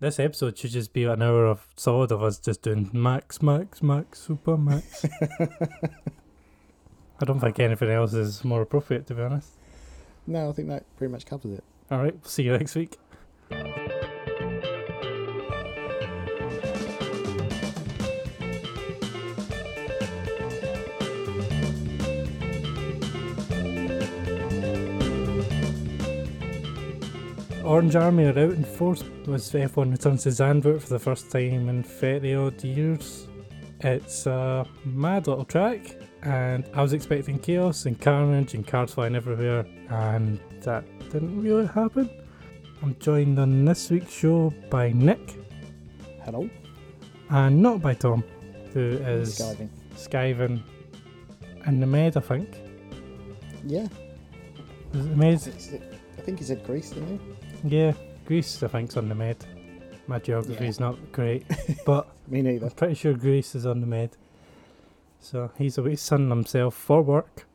This episode should just be an hour of solid of us just doing max, max, max, super max. I don't think anything else is more appropriate, to be honest. No, I think that pretty much covers it. All right, see you next week. Orange Army are out in force as F1 returns to Zandvoort for the first time in 30 odd years. It's a mad little track, and I was expecting chaos and carnage and cars flying everywhere, and that didn't really happen. I'm joined on this week's show by Nick Hello, and not by Tom, who is Skiving. skiving in the med, I think. Yeah, Is it the med? it's- it- I think he said Greece, didn't he? Yeah, Greece, I think's on the med. My geography is not great, but Me I'm neither. pretty sure Greece is on the med. So he's away sunning himself for work,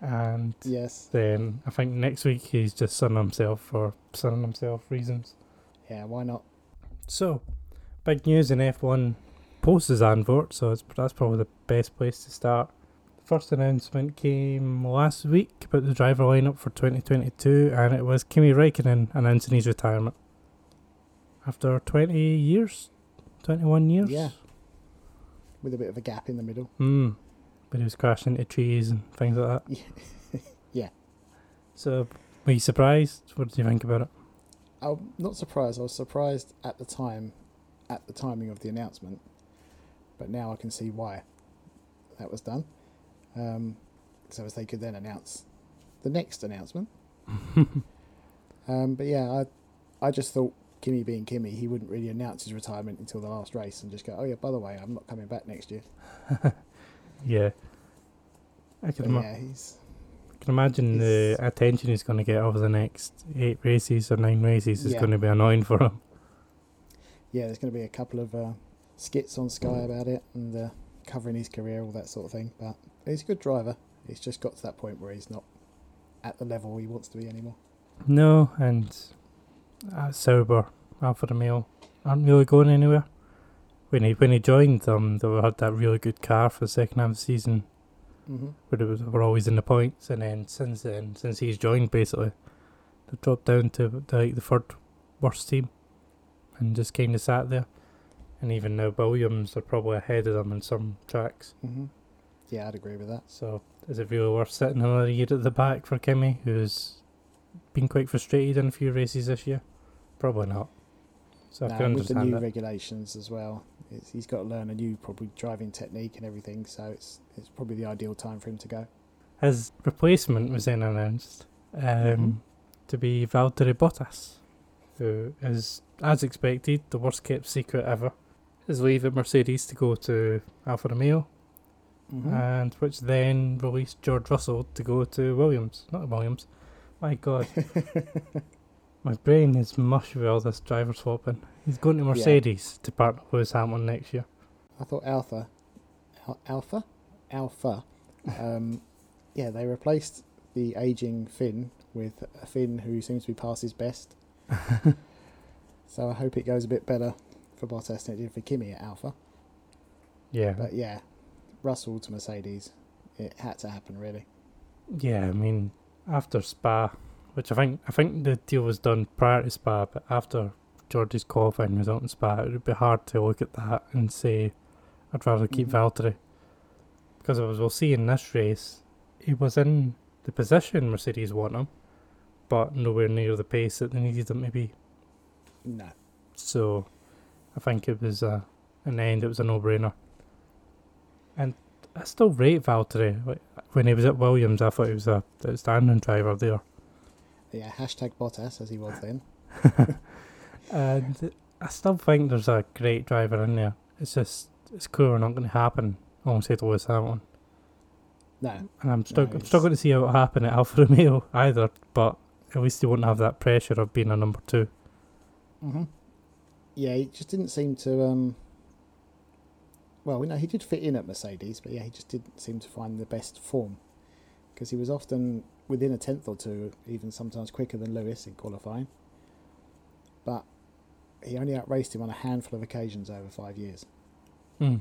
and Yes. then I think next week he's just sunning himself for sunning himself reasons. Yeah. Why not? So, big news in F1 post is Zandvoort, so it's, that's probably the best place to start. The first announcement came last week about the driver lineup for 2022, and it was Kimi Raikkonen announcing his retirement. After 20 years? 21 years? Yeah. With a bit of a gap in the middle. Hmm. But he was crashing into trees and things like that. Yeah. So, were you surprised? What did you think about it? I'm not surprised. I was surprised at the time, at the timing of the announcement, but now I can see why that was done. Um, so as they could then announce the next announcement. um, but yeah, I, I just thought Kimmy being Kimmy, he wouldn't really announce his retirement until the last race and just go, oh yeah, by the way, I'm not coming back next year. Yeah. I can But imagine. yeah, he's can imagine the attention he's going to get over the next eight races or nine races is Yeah. going to be annoying for him. yeah, there's going to be a couple of uh, skits on Mm. Sky about it and uh, covering his career, all that sort of thing. But he's a good driver. He's just got to that point where he's not at the level he wants to be anymore. No, and uh, Sauber, Alfa Romeo aren't really going anywhere. When he when he joined them, they had that really good car for the second half of the season, hmm where it was were always in the points. And then since then, since he's joined, basically, they dropped down to, to like the third worst team, and just kind of sat there. And even now, Williams are probably ahead of them in some tracks. hmm Yeah, I'd agree with that. So is it really worth sitting another year at the back for Kimmy, who's been quite frustrated in a few races this year? Probably not. So I Now, can with the understand new that. regulations as well, it's, he's got to learn a new probably driving technique and everything. So it's it's probably the ideal time for him to go. His replacement was then announced um, Mhm. to be Valtteri Bottas, who is, as expected, the worst kept secret ever. Is leaving Mercedes to go to Alfa Romeo, Mm-hmm. and which then released George Russell to go to Williams, not Williams. My God, My brain is mush with all this driver swapping. He's going to Mercedes to partner with Lewis Hamilton next year. I thought Alpha, Al- Alpha, Alpha. Um, yeah, they replaced the aging Finn with a Finn who seems to be past his best. so I hope it goes a bit better for Bottas than it did for Kimi at Alpha. Yeah. But yeah, Russell to Mercedes, it had to happen really. yeah, I mean, after Spa, which I think I think the deal was done prior to Spa, but after George's qualifying result in Spa, it would be hard to look at that and say, I'd rather keep Mhm. Valtteri. Because as we'll see in this race, he was in the position Mercedes want him, but nowhere near the pace that they needed him to be. No, So I think it was uh in the end it was a no brainer. And I still rate Valtteri. Like, when he was at Williams I thought he was a outstanding driver there. yeah, hashtag Bottas as he was then. And I still think there's a great driver in there. It's just it's clearly not gonna happen alongside Lewis Hamilton. No, And I'm still I'm Nice. struggling to see how it happen at Alfa Romeo either, but at least he won't have that pressure of being a number two. hmm yeah, he just didn't seem to. Um, well, you know, he did fit in at Mercedes, but yeah, he just didn't seem to find the best form because he was often within a tenth or two, even sometimes quicker than Lewis in qualifying. But he only outraced him on a handful of occasions over five years, Hmm.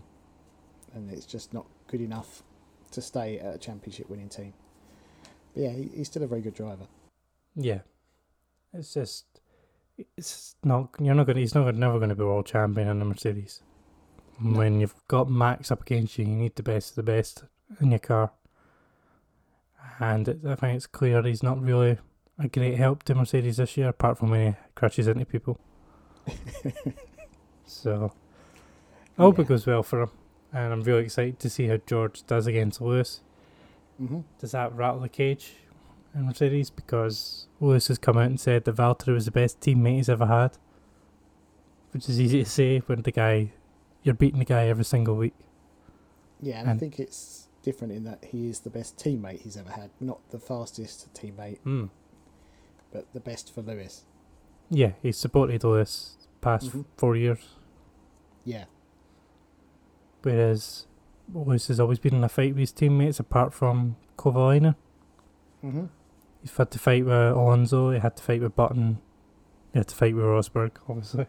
and it's just not good enough to stay at a championship winning team. But yeah, he, he's still a very good driver. Yeah, it's just it's not you're not gonna he's not gonna- never going to be world champion in a Mercedes. No. When you've got Max up against you, you need the best of the best in your car, and it, I think it's clear he's not really a great help to Mercedes this year, apart from when he crashes into people. so I hope it Yeah. goes well for him, and I'm really excited to see how George does against Lewis Mm-hmm. does that rattle the cage in Mercedes? Because Lewis has come out and said that Valtteri was the best teammate he's ever had, which is easy to say when the guy, you're beating the guy every single week. Yeah, and, I And- think it's different in that he is the best teammate he's ever had, not the fastest teammate, Mm. but the best for Lewis. Yeah, he's supported Lewis past Mhm. four years, Yeah, whereas Lewis has always been in a fight with his teammates apart from Kovalainen. mm-hmm. He's had to fight with Alonso, he had to fight with Button, he had to fight with Rosberg, obviously.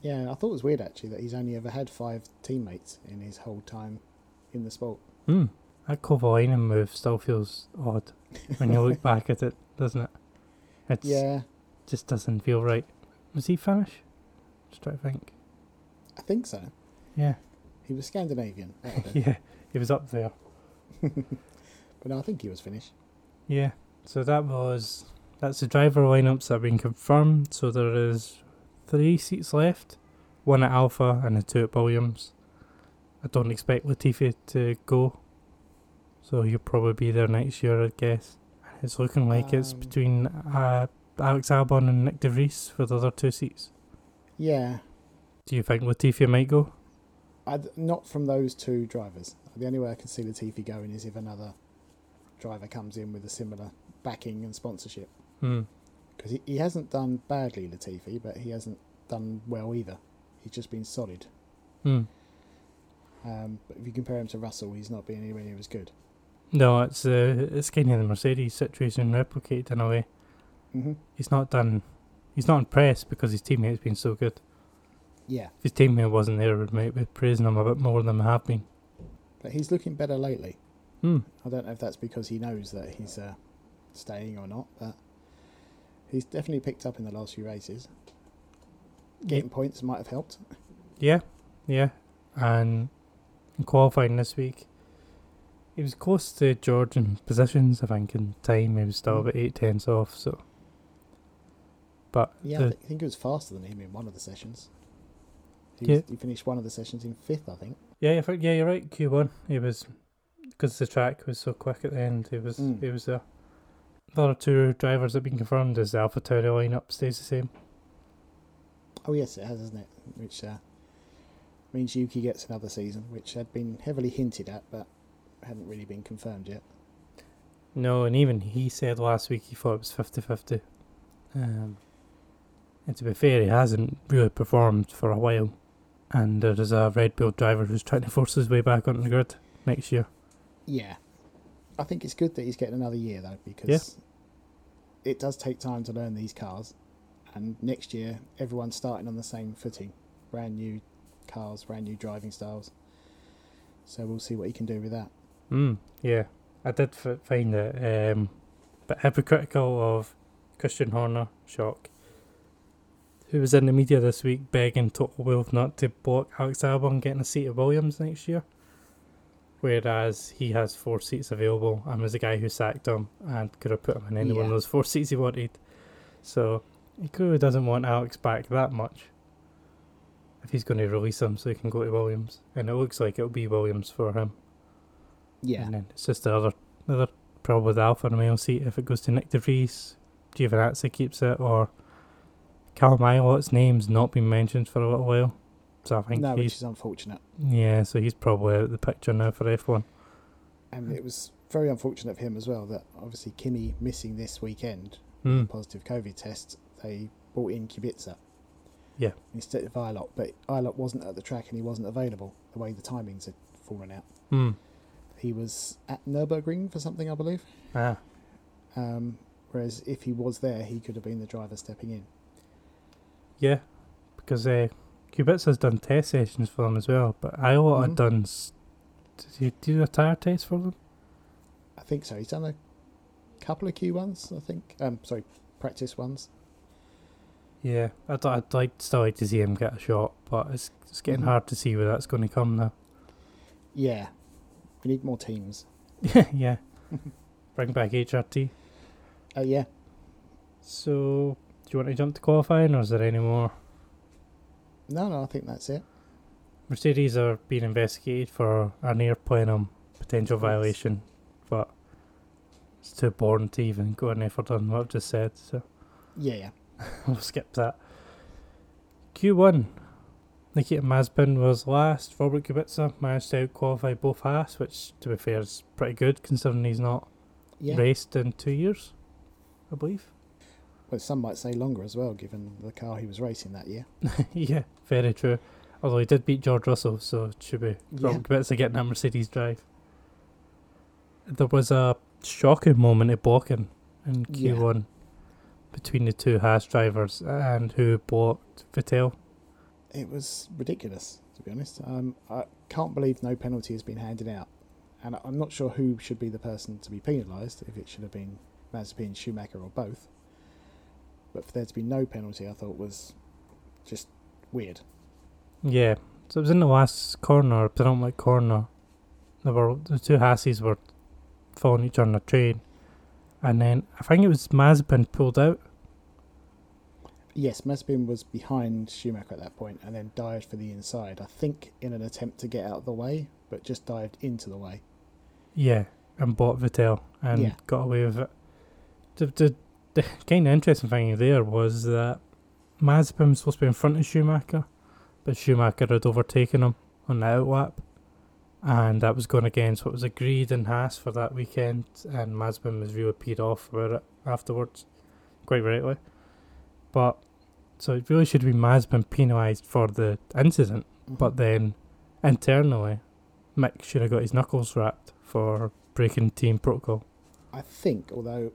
yeah. I thought it was weird actually that he's only ever had five teammates in his whole time in the sport. Mm. That Kovalainen move still feels odd when you look back at it, doesn't it? It Yeah, just doesn't feel right. Was he Finnish? Just trying to think. I think so. Yeah, He was Scandinavian, that'll do. yeah, he was up there. but no, I think he was Finnish. Yeah. So that was that's the driver lineups that have been confirmed. So there is three seats left, one at Alpha and a two at Williams. I don't expect Latifi to go, so he'll probably be there next year, I guess. It's looking like it's Um, between uh, Alex Albon and Nick De Vries for the other two seats. Yeah, Do you think Latifi might go? I'd, not from those two drivers. The only way I can see Latifi going is if another driver comes in with a similar backing and sponsorship. Hmm. because he, he hasn't done badly, Latifi, but he hasn't done well either. He's just been solid. Hmm. Um, but if you compare him to Russell, he's not been anywhere near as good. No, it's uh, it's kind of the Mercedes situation replicated in a way. Mm-hmm. he's not done. He's not impressed because his teammate's been so good. Yeah, If his teammate wasn't there, we might be praising him a bit more than we have been. but he's looking better lately. Hmm. I don't know if that's because he knows that he's uh, staying or not, but he's definitely picked up in the last few races. Getting points might have helped. Yeah, yeah. And in qualifying this week, he was close to George in positions. I think in time he was still Mm. about eight tenths off. So, but Yeah, I the- thi- I think he was faster than him in one of the sessions. He, Yeah. was, he finished one of the sessions in fifth, I think. Yeah, yeah, yeah, you're right. Q one, he was because the track was so quick at the end. He was Mm. he was there. The other two drivers that have been confirmed is the AlphaTauri lineup stays the same. Oh yes, it has, hasn't it? Which uh, means Yuki gets another season, which had been heavily hinted at, but hadn't really been confirmed yet. No, and even he said last week he thought it was 50 50. Um, and to be fair, he hasn't really performed for a while. And there is a Red Bull driver who's trying to force his way back onto the grid next year. Yeah, I think it's good that he's getting another year though, because it does take time to learn these cars, and next year everyone's starting on the same footing, brand new cars, brand new driving styles. So we'll see what he can do with that. Mm, yeah, I did f- find it um, a bit hypocritical of Christian Horner, shock, who was in the media this week begging Total Wolf not to block Alex Albon getting a seat at Williams next year, whereas he has four seats available and was the guy who sacked him and could have put him in any one of Yeah. those four seats he wanted. So he clearly doesn't want Alex back that much if he's going to release him so he can go to Williams, and it looks like it'll be Williams for him. Yeah, And then it's just the other, the other problem with Alpha Romeo seat. If it goes to Nick De Vries, Giovinazzi keeps it, or Callum Ilott's name's not been mentioned for a little while. So I think no, which he's is unfortunate. yeah, so he's probably out of the picture now for F one. Hmm. And it was very unfortunate of him as well that obviously Kimmy missing this weekend Mm. positive COVID test, they brought in Kubica. Yeah. Instead of Ilot, but Ilot wasn't at the track and he wasn't available. The way the timings had fallen out, Mm. he was at Nurburgring for something, I believe. Ah, Um, whereas if he was there, he could have been the driver stepping in. yeah, because uh, Qubits has done test sessions for them as well, but I ought Mhm. had done. s- Did you do a tire test for them? I think so. He's done a couple of Q ones, I think. Um, sorry, practice ones. Yeah, I'd, I'd like still like to see him get a shot, but it's it's getting Mhm. hard to see where that's going to come now. Yeah, we need more teams. yeah, bring back HRT. Uh, yeah, So, do you want to jump to qualifying, or is there any more? no, no, I think that's it. Mercedes are being investigated for an air plenum potential Yes. violation, but it's too boring to even go any further than what I've just said, so Yeah, yeah. we'll skip that. Q1. Nikita Mazepin was last. Robert Kubica managed to qualify both Haas, which, to be fair, is pretty good considering he's not Yeah. raced in two years, I believe. Well, some might say longer as well, given the car he was racing that year. yeah, very true. Although he did beat George Russell, so it should be Yeah. Robert Kubica getting that Mercedes drive. There was a shocking moment of blocking in Yeah. Q1 between the two Haas drivers and who blocked Vettel. It was ridiculous, to be honest. Um, I can't believe no penalty has been handed out, and I- I'm not sure who should be the person to be penalised. If it should have been Mazepin, Schumacher, or both, but for there to be no penalty, I thought was just weird. Yeah, so it was in the last corner, penultimate corner. There were the two Hassies were following each other on a train, and then I think it was Mazepin pulled out. Yes, Mazepin was behind Schumacher at that point, and then dived for the inside. I think in an attempt to get out of the way, but just dived into the way. Yeah, and bought Vettel and Yeah. got away with it. The, the, the kind of interesting thing there was that Mazepin was supposed to be in front of Schumacher, but Schumacher had overtaken him on the outlap, and that was going against what was agreed in Haas for that weekend, and Mazepin was really peed off about it afterwards, quite rightly. But so it really should be Mazepin penalised for the incident but then internally, Mick should have got his knuckles wrapped for breaking team protocol. I think, although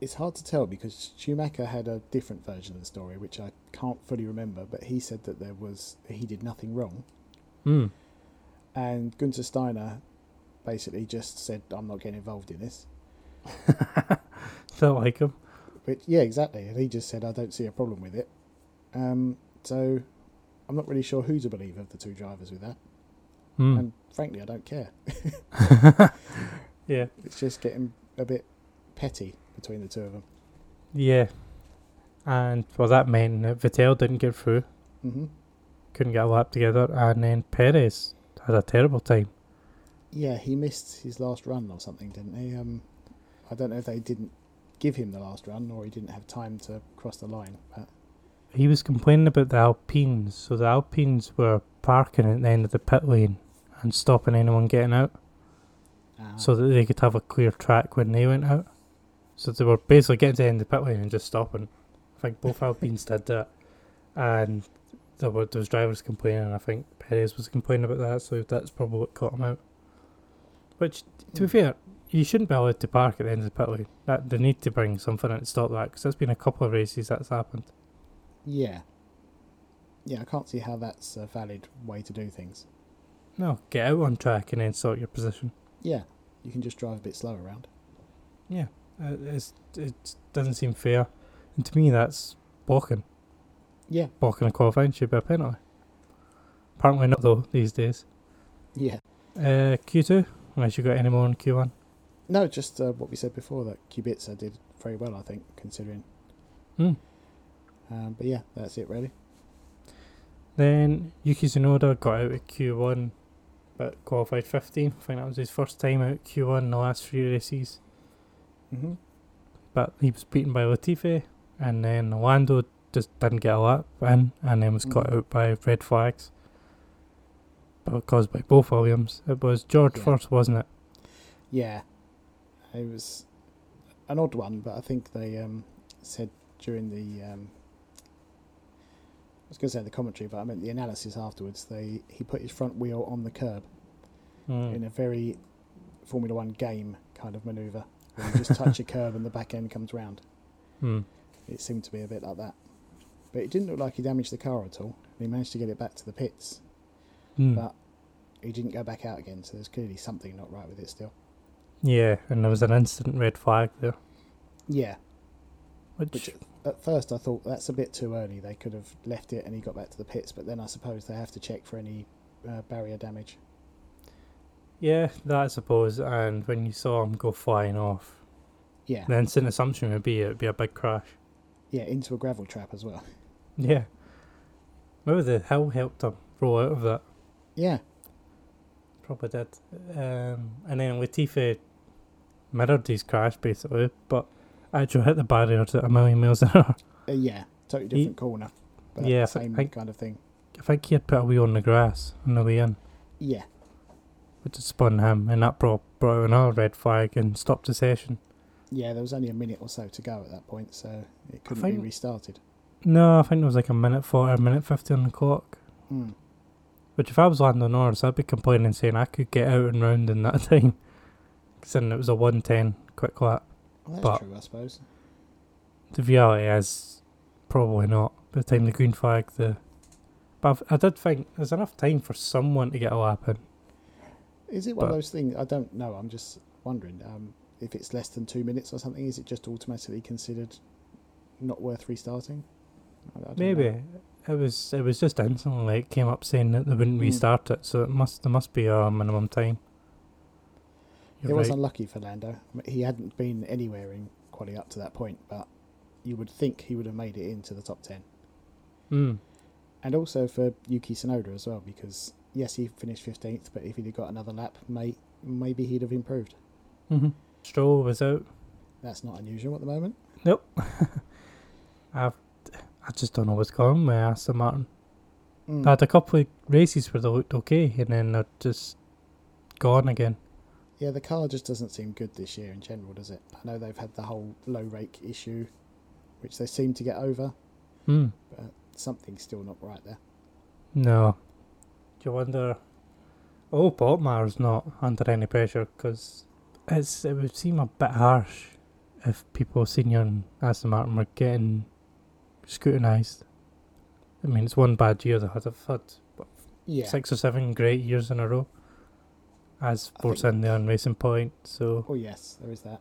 it's hard to tell because Schumacher had a different version of the story, which I can't fully remember, but he said that there was he did nothing wrong, Hmm. and Gunther Steiner basically just said, "I'm not getting involved in this." Felt like him. Which, yeah, exactly, and he just said, "I don't see a problem with it." Um, so, I'm not really sure who to believe of the two drivers with that, Hmm. and frankly, I don't care. yeah. It's just getting a bit petty between the two of them. Yeah. And well, that meant that Vettel didn't get through, hmm couldn't get a lap together, and then Perez had a terrible time. Yeah, he missed his last run or something, didn't he? Um, I don't know if they didn't give him the last run or he didn't have time to cross the line. But He was complaining about the Alpines, so the Alpines were parking at the end of the pit lane and stopping anyone getting out. uh, so that they could have a clear track when they went out. So they were basically getting to the end of the pit lane and just stopping. I think both Alpines did that, and there were those drivers complaining. I think Perez was complaining about that, so that's probably what caught him out. Which, to be Hmm. fair, you shouldn't be allowed to park at the end of the pit lane. That they need to bring something in to stop that because there's been a couple of races that's happened. yeah, yeah, I can't see how that's a valid way to do things. No, get out on track and then sort your position. Yeah, you can just drive a bit slower around. Uh, It's, it doesn't seem fair, and to me that's blocking. Yeah, blocking a qualifying should be a penalty. Apparently not though these days. yeah. Uh, Q2, unless you got any more on Q1. No, just uh, what we said before that Kubica did very well, I think, considering. Hmm. Um, but yeah, that's it really. Then Yuki Tsunoda got out at Q1, but qualified 15th. I think that was his first time out at Q1 in the last three races. Mm-hmm. But he was beaten by Latifi, and then Lando just didn't get a lap in, and then was caught Mhm. out by red flags. But caused by both Williams. It was George Yeah. first, wasn't it? Yeah, it was an odd one, but I think they um, said during the um, I was going to say the commentary, but I meant the analysis afterwards. They he put his front wheel on the curb Mm. in a very Formula One game kind of manoeuvre. where You just touch a curb and the back end comes round. Mm. It seemed to be a bit like that. But it didn't look like he damaged the car at all. He managed to get it back to the pits, Hmm. but he didn't go back out again. So there's clearly something not right with it still. Yeah, and there was an instant red flag there, Yeah. which, Which at first I thought that's a bit too early. They could have left it and he got back to the pits. But then I suppose they have to check for any uh, barrier damage. yeah, that I suppose. And when you saw him go flying off, Yeah. the instant assumption would be it'd be a big crash. Yeah, into a gravel trap as well. Yeah, maybe the hell helped him roll out of that. Yeah. Probably did. Um, and then Latifi mirrored his crash basically, but actually hit the barriers at a million miles an hour. Uh, yeah. Totally He- different corner. But Yeah, I thi- Same think- kind of thing. I think he had put a wheel on the grass on the way in, Yeah. which had spun him, and that brought, brought out another red flag and stopped the session. Yeah, there was only a minute or so to go at that point, so it couldn't be think- restarted. No, I think it was like a minute 40, a minute 50 on the clock. Mm. Which if I was Lando Norris, I'd be complaining saying I could get out and round in that time. Considering it was a 110 quick lap. Well, that's But- true, I suppose. The reality is probably not. By the time the green flag, the... But I've, I did think there's enough time for someone to get a lap in. Is it one but- of those things? I don't know. I'm just wondering um, if it's less than two minutes or something. Is it just automatically considered not worth restarting? I- I don't know. Maybe. It was it was just instantly like, came up saying that they wouldn't Hmm. restart it, so it must there must be a minimum time. it You're was right. unlucky for Lando. I mean, He hadn't been anywhere in quality up to that point, but you would think he would have made it into the top ten. Mm. And also for Yuki Tsunoda as well, because yes, he finished fifteenth, but if he'd have got another lap, may, maybe he'd have improved. Mm-hmm. hmm Stroll was out. That's not unusual at the moment. I've, I just don't know what's going on with Aston Martin. Mm. I had a couple of races where they looked okay, and then they're just gone again. Yeah, the car just doesn't seem good this year in general, does it? I know they've had the whole low rake issue, which they seem to get over. Hmm. Something's still not right there. No. Do you wonder? Oh, Botmar's not under any pressure because it's it would seem a bit harsh if people senior in Aston Martin were getting scrutinised. I mean, it's one bad year they had. They've had what, Yeah. six or seven great years in a row as I Force think- India and Racing Point. So oh, yes, there is that.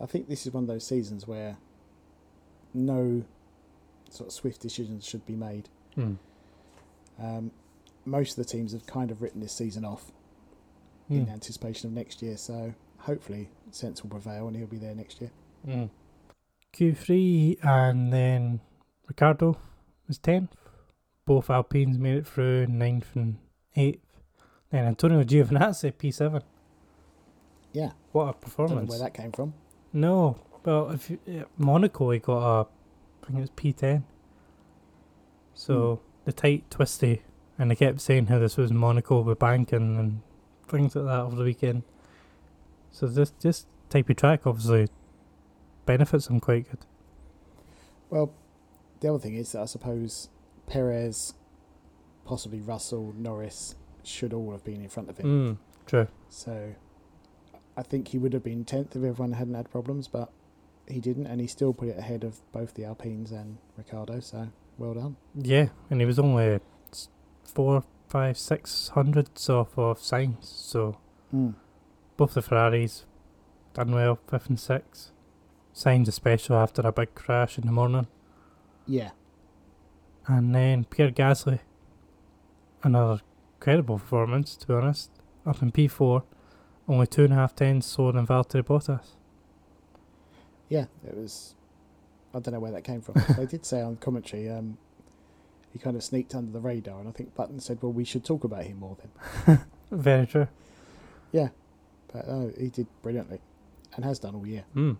I think this is one of those seasons where no sort of swift decisions should be made. mm. Um, most of the teams have kind of written this season off in Mm. anticipation of next year, so hopefully sense will prevail and he'll be there next year. Mm. Q3 and then Ricardo was 10th. Both Alpines made it through 9th and 8th. Then Antonio Giovinazzi, P7. Yeah, What a I don't know performance. where that came from. No, well, if you, yeah, Monaco, he got a, I think it was P10. So the tight, twisty, and they kept saying how this was Monaco with banking and things like that over the weekend. So this this type of track obviously benefits them quite good. Well, the other thing is that I suppose Perez, possibly Russell, Norris should all have been in front of him. Mm, true. So I think he would have been 10th if everyone hadn't had problems, but he didn't, and he still put it ahead of both the Alpines and Ricardo. So well done. Yeah, and he was only s- four, five, six hundredths off of Sainz. So both the Ferraris done well, fifth and sixth. Sainz especially after a big crash in the morning, Yeah. and then Pierre Gasly, another credible performance to be honest. Up in P four, only two and a half tenths slower than Valtteri Bottas. Yeah. It was. I don't know where that came from. they did say on commentary um, he kind of sneaked under the radar, and I think Button said, well, we should talk about him more then. Very true. But no, he did brilliantly and has done all year. Mm.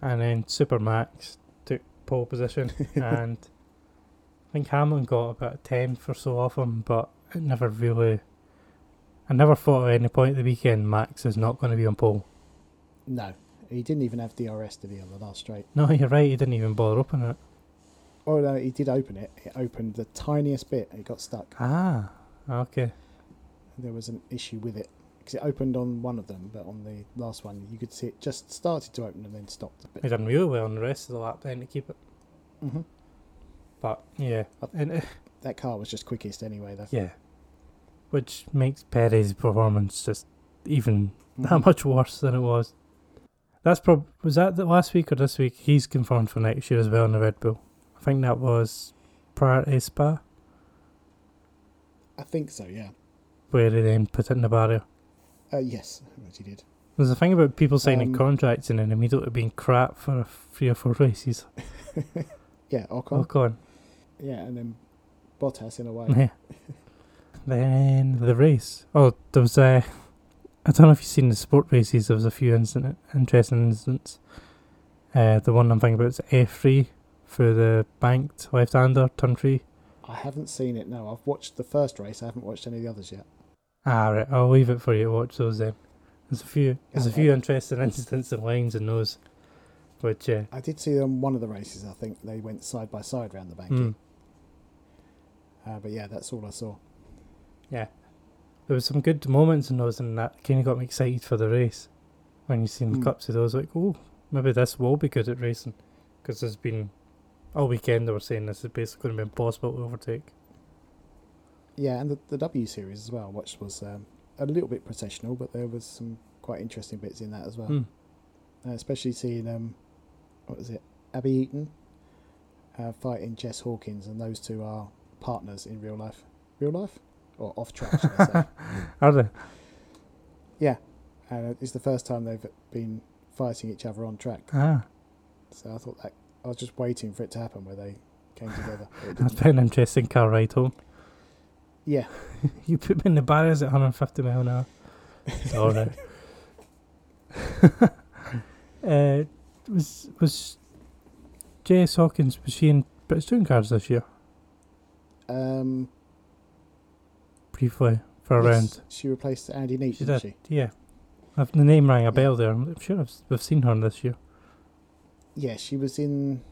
And then Supermax took pole position, and I think Hamlin got about 10 or so off him, but it never really. I never thought at any point at the weekend Max is not going to be on pole. No, he didn't even have DRS to be on the last straight. No, you're right, he didn't even bother opening it. Oh no, he did open it. It opened the tiniest bit and it got stuck. Ah, okay. There was an issue with it because it opened on one of them, but on the last one you could see it just started to open and then stopped. He done really well on the rest of the lap then to keep it. Mm-hmm. But yeah, and uh, That car was just quickest anyway, though. yeah, which makes Perez's performance just even that Mhm. much worse than it was. That's prob was that the last week or this week? He's confirmed for next year as well in the Red Bull. I think that was prior to Spa, I think so. Yeah. where he then put it in the barrier. Uh, yes, which he did. There's a thing about people signing Um, contracts and then immediately being crap for a three or four races. Yeah, Ocon. Oh, God. Yeah, and then Bottas in a way. Yeah. then the race. Oh, there was a. I don't know if you've seen the sport races. There was a few incident, interesting incidents. Uh, the one I'm thinking about is F3 for the banked left-hander, turn free. I haven't seen it. No, I've watched the first race. I haven't watched any of the others yet. Ah, right. I'll leave it for you to watch those then. There's a few. There's a Yeah, few yeah. interesting incidents and lines in those. Which, uh, I did see them one of the races. I think they went side by side round the bank. hmm. Uh, but yeah, that's all I saw. there was some good moments in those, and that kind of got me excited for the race. When you seen Mm. clips of those, like, oh, maybe this will be good at racing, because there's been all weekend they were saying this is basically going to be impossible to overtake. Yeah, and the, the W series as well. I watched was um, a little bit processional, but there was some quite interesting bits in that as well. Mm. Uh, especially seeing um, what was it, Abby Eaton uh, fighting Jess Hawkins, and those two are partners in real life. Real life or off track? should I say. Are they? and it's the first time they've been fighting each other on track. Ah, So I thought that I was just waiting for it to happen where they came together. but it that's didn't. been an interesting car ride home. yeah, You put me in the barriers at 150 mile an hour. It's all right. uh, was was J.S. Hawkins was she in British Touring Cars this year um, briefly for a round? yes, She replaced Andy Neat, She didn't did. she? Yeah. I've, the name rang a bell there. I'm sure I've, we've seen her this year. Yeah, she was in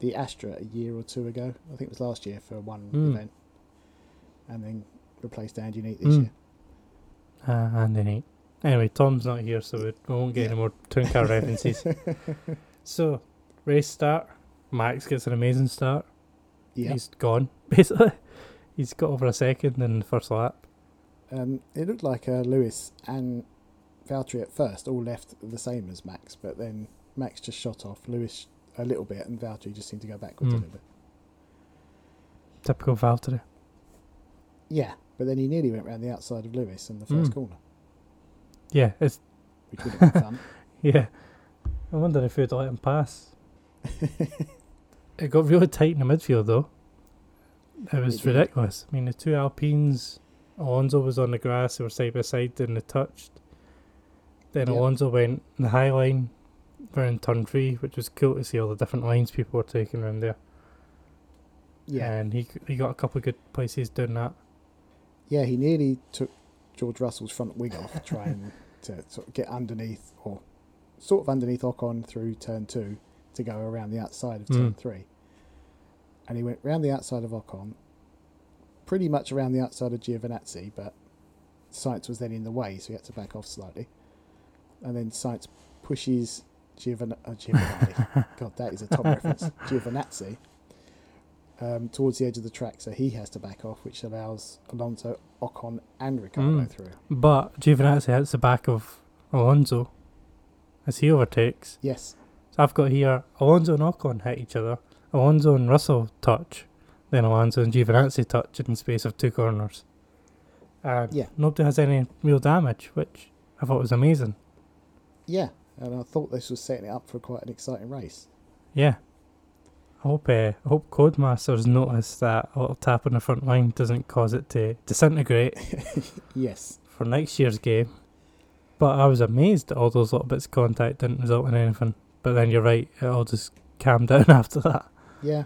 the Astra a year or two ago. I think it was last year for one Hmm. event, and then replaced Andy Neat this Hmm. year. Uh, and then eight. Anyway, Tom's not here, so we, we won't get any more Toon Car references. So, race start. Max gets an amazing start. Yeah, He's gone, basically. He's got over a second in the first lap. um, it looked like uh, Lewis and Valtteri at first all left the same as Max, but then Max just shot off Lewis a little bit, and Valtteri just seemed to go backwards a Hmm. little bit. Typical Valtteri. Yeah, but then he nearly went round the outside of Lewis in the first Hmm. corner, Yeah, it's which would have been fun. Yeah. I wonder if he'd let him pass. it got really tight in the midfield, though. It was It did. ridiculous. I mean, the two Alpines, Alonso was on the grass, they were side by side, and they touched. Then Yep. Alonso went the high line around turn three, which was cool to see all the different lines people were taking around there. Yeah, And he, he got a couple of good places doing that. yeah, he nearly took George Russell's front wing off, trying to sort of get underneath or sort of underneath Ocon through turn two to go around the outside of turn Mm. three. And he went round the outside of Ocon, pretty much around the outside of Giovinazzi, but Sainz was then in the way, so he had to back off slightly. And then Sainz pushes Giovan- uh, Giovinazzi. God, that is a top reference. Giovinazzi um, towards the edge of the track, so he has to back off, which allows Alonso, Ocon, and Ricardo Mm. through. But Giovinazzi hits the back of Alonso as he overtakes. Yes, So I've got here Alonso and Ocon hit each other, Alonso and Russell touch, then Alonso and Giovinazzi touch in the space of two corners. And Yeah. nobody has any real damage, which I thought was amazing. yeah, and I thought this was setting it up for quite an exciting race. Yeah. I hope, uh, I hope Codemasters notice that a little tap on the front line doesn't cause it to disintegrate Yes, for next year's game. But I was amazed that all those little bits of contact didn't result in anything. But then you're right, it all just calmed down after that. yeah,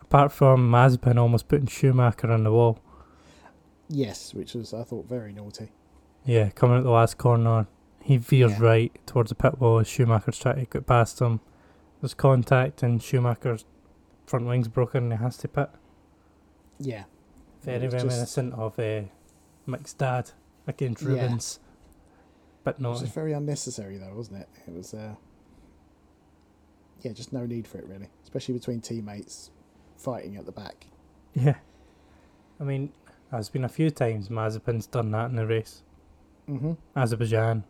apart from Mazepin almost putting Schumacher on the wall. yes, which was I thought very naughty. Yeah, coming at the last corner, he veers Yeah. right towards the pit wall as Schumacher's trying to get past him. There's contact and Schumacher's front wing's broken and he has to pit. Yeah, Very It was just- reminiscent of uh, Mick's dad against Yeah. Rubens. But It not. was just very unnecessary though, wasn't it? It was, uh, yeah, just no need for it really, especially between teammates. fighting at the back. Yeah. I mean, there's been a few times Mazepin's done that in a race. Mm-hmm. Azerbaijan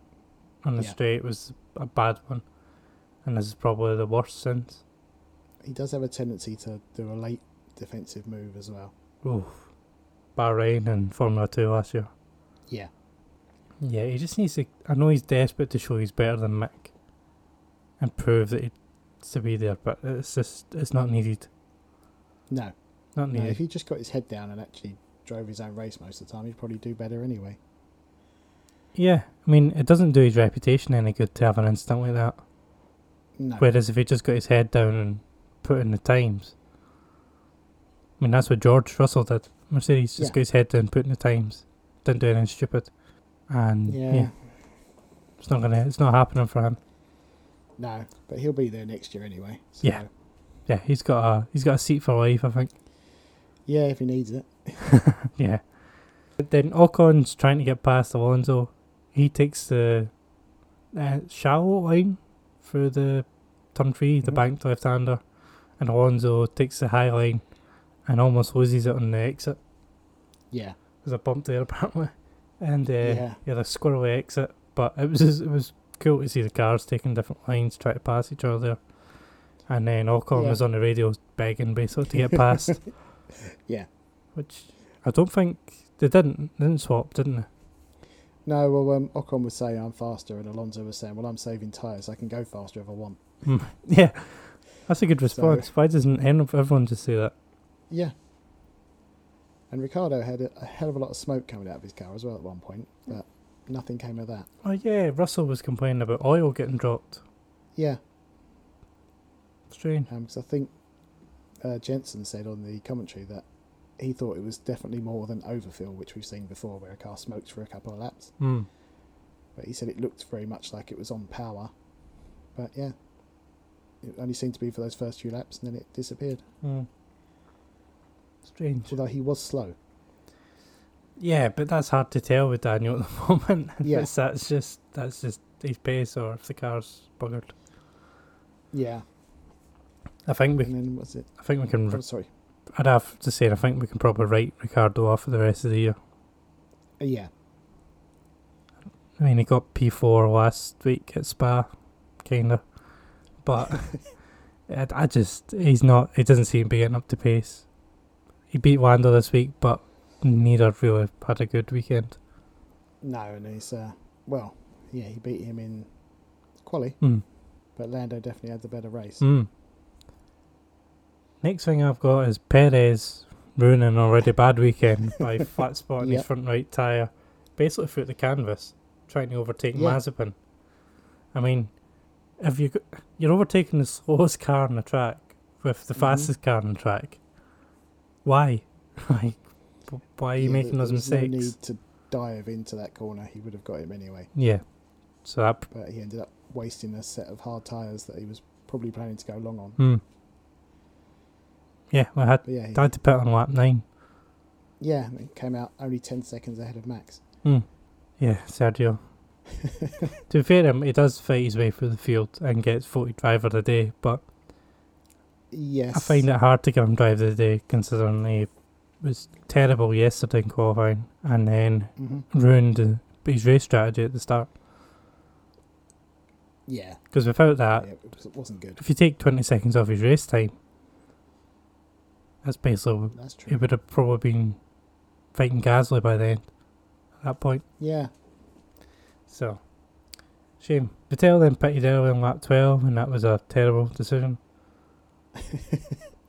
on the Yeah. straight was a bad one, and this is probably the worst since. He does have a tendency to do a late defensive move as well. Oof. Bahrain and Formula 2 last year. Yeah. Yeah, he just needs to. I know he's desperate to show he's better than Mick and prove that he's to be there, but it's just it's not needed. No, Not no. If needed. he just got his head down and actually drove his own race most of the time, he'd probably do better anyway. Yeah, I mean, it doesn't do his reputation any good to have an incident like that. No. Whereas if he just got his head down and put in the times, I mean, that's what George Russell did. Mercedes just Yeah. got his head down, put in the times, didn't do anything stupid, and yeah. yeah, it's not gonna, it's not happening for him. No, but he'll be there next year anyway. So, Yeah. Yeah, he's got a, he's got a seat for life, I think. Yeah, if he needs it. Yeah. But then Ocon's trying to get past Alonso. He takes the uh, shallow line through the turn 3 the Mhm. banked left hander, and Alonso takes the high line and almost loses it on the exit. Yeah. There's a bump there apparently, and uh, yeah. Yeah. the squirrely exit. But it was just, it was cool to see the cars taking different lines, try to pass each other. there. And then Ocon Yeah. was on the radio begging basically to get past. Yeah. Which I don't think they didn't they didn't swap, didn't they? No, well, um, Ocon was saying I'm faster, and Alonso was saying, well, I'm saving tyres. I can go faster if I want. Yeah, that's a good So- response. Why doesn't en- everyone just say that? Yeah. And Ricardo had a, a hell of a lot of smoke coming out of his car as well at one point, but nothing came of that. Oh yeah, Russell was complaining about oil getting dropped. Yeah, Strange. because Um, I think uh, Jensen said on the commentary that he thought it was definitely more than overfill, which we've seen before, where a car smokes for a couple of laps. Hmm. But he said it looked very much like it was on power. But yeah, it only seemed to be for those first few laps, and then it disappeared. Hmm. Strange. Although he was slow. Yeah, but that's hard to tell with Daniel at the moment. Yeah. Yes, that's just that's just his pace, or if the car's buggered. Yeah. I think we, And then was it? I think we can. I'm sorry. I'd have to say, I think we can probably write Ricardo off for the rest of the year. Uh, Yeah. I mean, he got P four last week at Spa, kinda, but I, I just he's not. He doesn't seem to be getting up to pace. He beat Lando this week, but neither really had a good weekend. No, and he's uh, well, yeah, he beat him in quali, Mm. but Lando definitely had the better race. Mm. Next thing I've got is Perez ruining an already bad weekend by flat spotting his Yep. front right tyre, basically through the canvas, trying to overtake Yeah. Mazepin. I mean, if you go- you're overtaking the slowest car on the track with the Mhm. fastest car on the track, why? like, w- why are you Yeah, making there those was no mistakes? need to dive into that corner. He would have got him anyway, Yeah. So that but he ended up wasting a set of hard tires that he was probably planning to go long on. hmm. Yeah, well, I had, But yeah, he, I had to put on lap nine. yeah, and he came out only ten seconds ahead of Max. Yeah, Sergio. to be fair, to him, he does fight his way through the field and gets 40 driver of the day, but Yes, I find it hard to give him driver of the day considering he was terrible yesterday in qualifying and then hmm ruined his race strategy at the start. Yeah, Because without that, yeah, it, was, it wasn't good. if you take 20 seconds off his race time, that's basically, That's true. it would have probably been fighting Gasly by then at that point. Yeah, So, shame. Patel then pitted early in lap 12, and that was a terrible decision.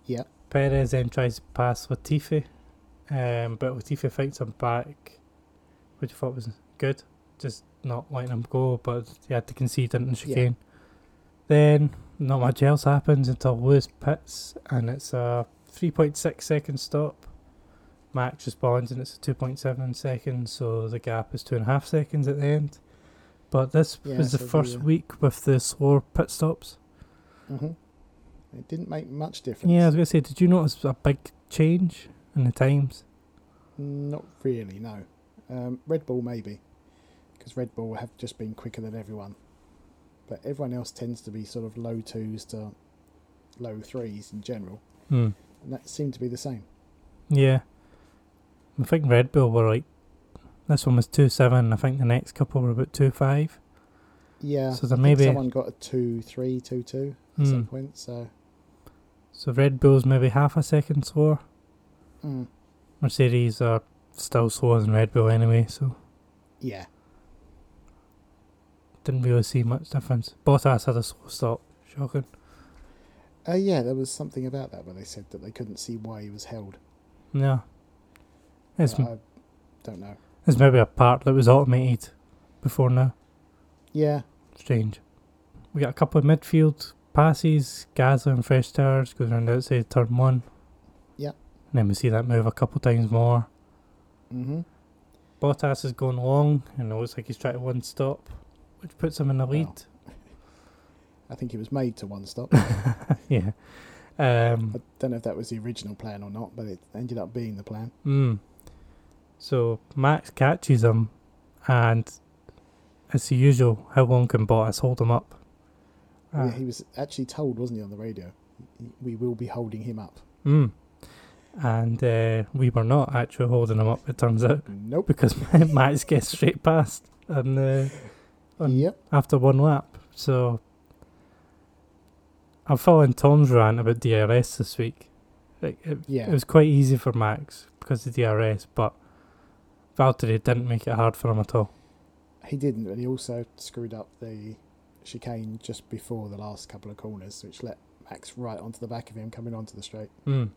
Yep. Perez then tries to pass Latifi, um, but Latifi fights him back, which I thought was good. Just not letting him go, but he had to concede in the chicane. Then, not much else happens until Lewis pits, and it's a 3.6 second stop. Max responds and it's a 2.7 seconds, so the gap is two and a half seconds at the end. But this Yeah, was the so the, first uh, week with the slower pit stops. hmm it didn't make much difference. Yeah, I was going to say, did you notice a big change in the times? Not really, no. Um, Red Bull maybe, because Red Bull have just been quicker than everyone, but everyone else tends to be sort of low twos to low threes in general. Hmm. and that seemed to be the same. Yeah. I think Red Bull were like, this one was 2 7, I think the next couple were about 2 5. Yeah. So there I may think be- someone got a two three two two at some Hmm. point. So So Red Bull's maybe half a second slower. mm, Mercedes are still slower than Red Bull anyway, so yeah, didn't really see much difference. Bottas had a slow stop. Shocking. uh, yeah. There was something about that where they said that they couldn't see why he was held. Yeah. It's, but I don't know. it's maybe a part that was automated before now. Yeah, Strange. We got a couple of midfield passes, Gaza and Fresh Towers goes around outside turn one. Yep. And then we see that move a couple times more. hmm Bottas is going long and it looks like he's trying to one stop, which puts him in the Wow. lead. I think he was made to one stop. yeah. Um, I don't know if that was the original plan or not, but it ended up being the plan. Mm. So Max catches him, and as usual, how long can Bottas hold him up? Yeah, Uh, he was actually told, wasn't he, on the radio? We will be holding him up. mm. And uh, we were not actually holding him up, it turns out, Nope. because Max gets straight past and uh, on- Yep. after one lap. So I'm following Tom's rant about DRS this week. Like, it, Yeah. It was quite easy for Max because of DRS, but Valtteri didn't make it hard for him at all. He didn't, and he also screwed up the chicane just before the last couple of corners, which let Max right onto the back of him coming onto the straight. Mm.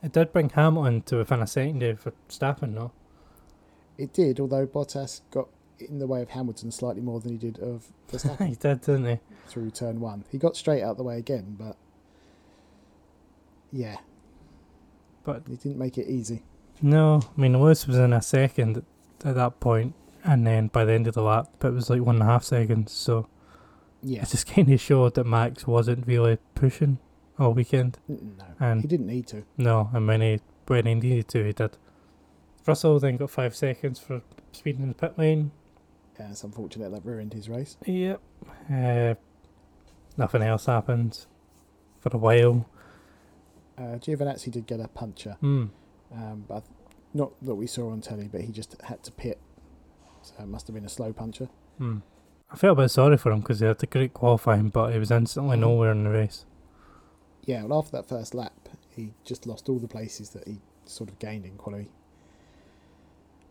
It did bring Hamilton to within a second there for Stappen, though. It did, although Bottas got in the way of Hamilton slightly more than he did of Verstappen he did, didn't he? through turn one. He got straight out the way again, but yeah, But he didn't make it easy. no, I mean, Lewis was in a second at, at that point, and then by the end of the lap, it was like one and a half seconds. So Yeah, it just kind of showed that Max wasn't really pushing all weekend. N- no, And- he didn't need to. No, and when he, when he needed to, he did. Russell then got five seconds for speeding in the pit lane. Yeah, it's unfortunate that ruined his race. Yep. Uh, nothing else happened for a while. Uh, Giovinazzi did get a puncher, Hmm. um, but not that we saw on telly, but he just had to pit. So it must have been a slow puncher. Hmm. I felt a bit sorry for him because he had a great qualifying, but he was instantly Mhm. nowhere in the race. Yeah, well, after that first lap, he just lost all the places that he sort of gained in quali.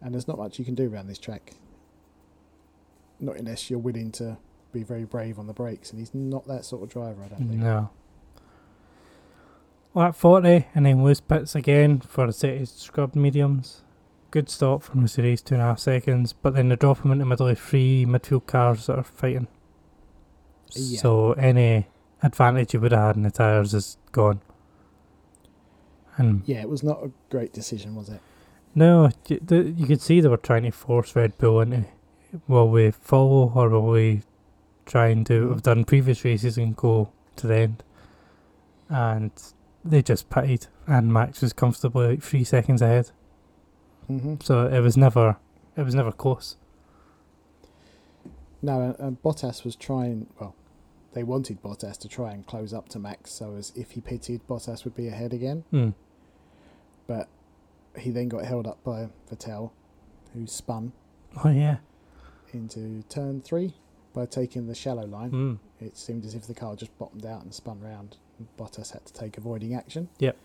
And there's not much you can do around this track. Not unless you're willing to be very brave on the brakes, and he's not that sort of driver, I don't think. No. Lap 40, and then loose pits again for a set of scrubbed mediums. Good stop from Mercedes, two and a half seconds, but then they drop him into the middle of three midfield cars that are fighting. Yeah. So any advantage he would have had in the tyres is gone. And Yeah, it was not a great decision, was it? No, you, the, you could see they were trying to force Red Bull into will we follow or will we try and do what we've done previous races and go to the end? And they just pitted, and Max was comfortably like three seconds ahead. Mm-hmm. So it was never, it was never close. No, and, and Bottas was trying. Well, they wanted Bottas to try and close up to Max, so as if he pitted, Bottas would be ahead again. Hmm. But he then got held up by Vettel, who spun Oh yeah. into turn three by taking the shallow line. Hmm. It seemed as if the car just bottomed out and spun round. And Bottas had to take avoiding action. Yep.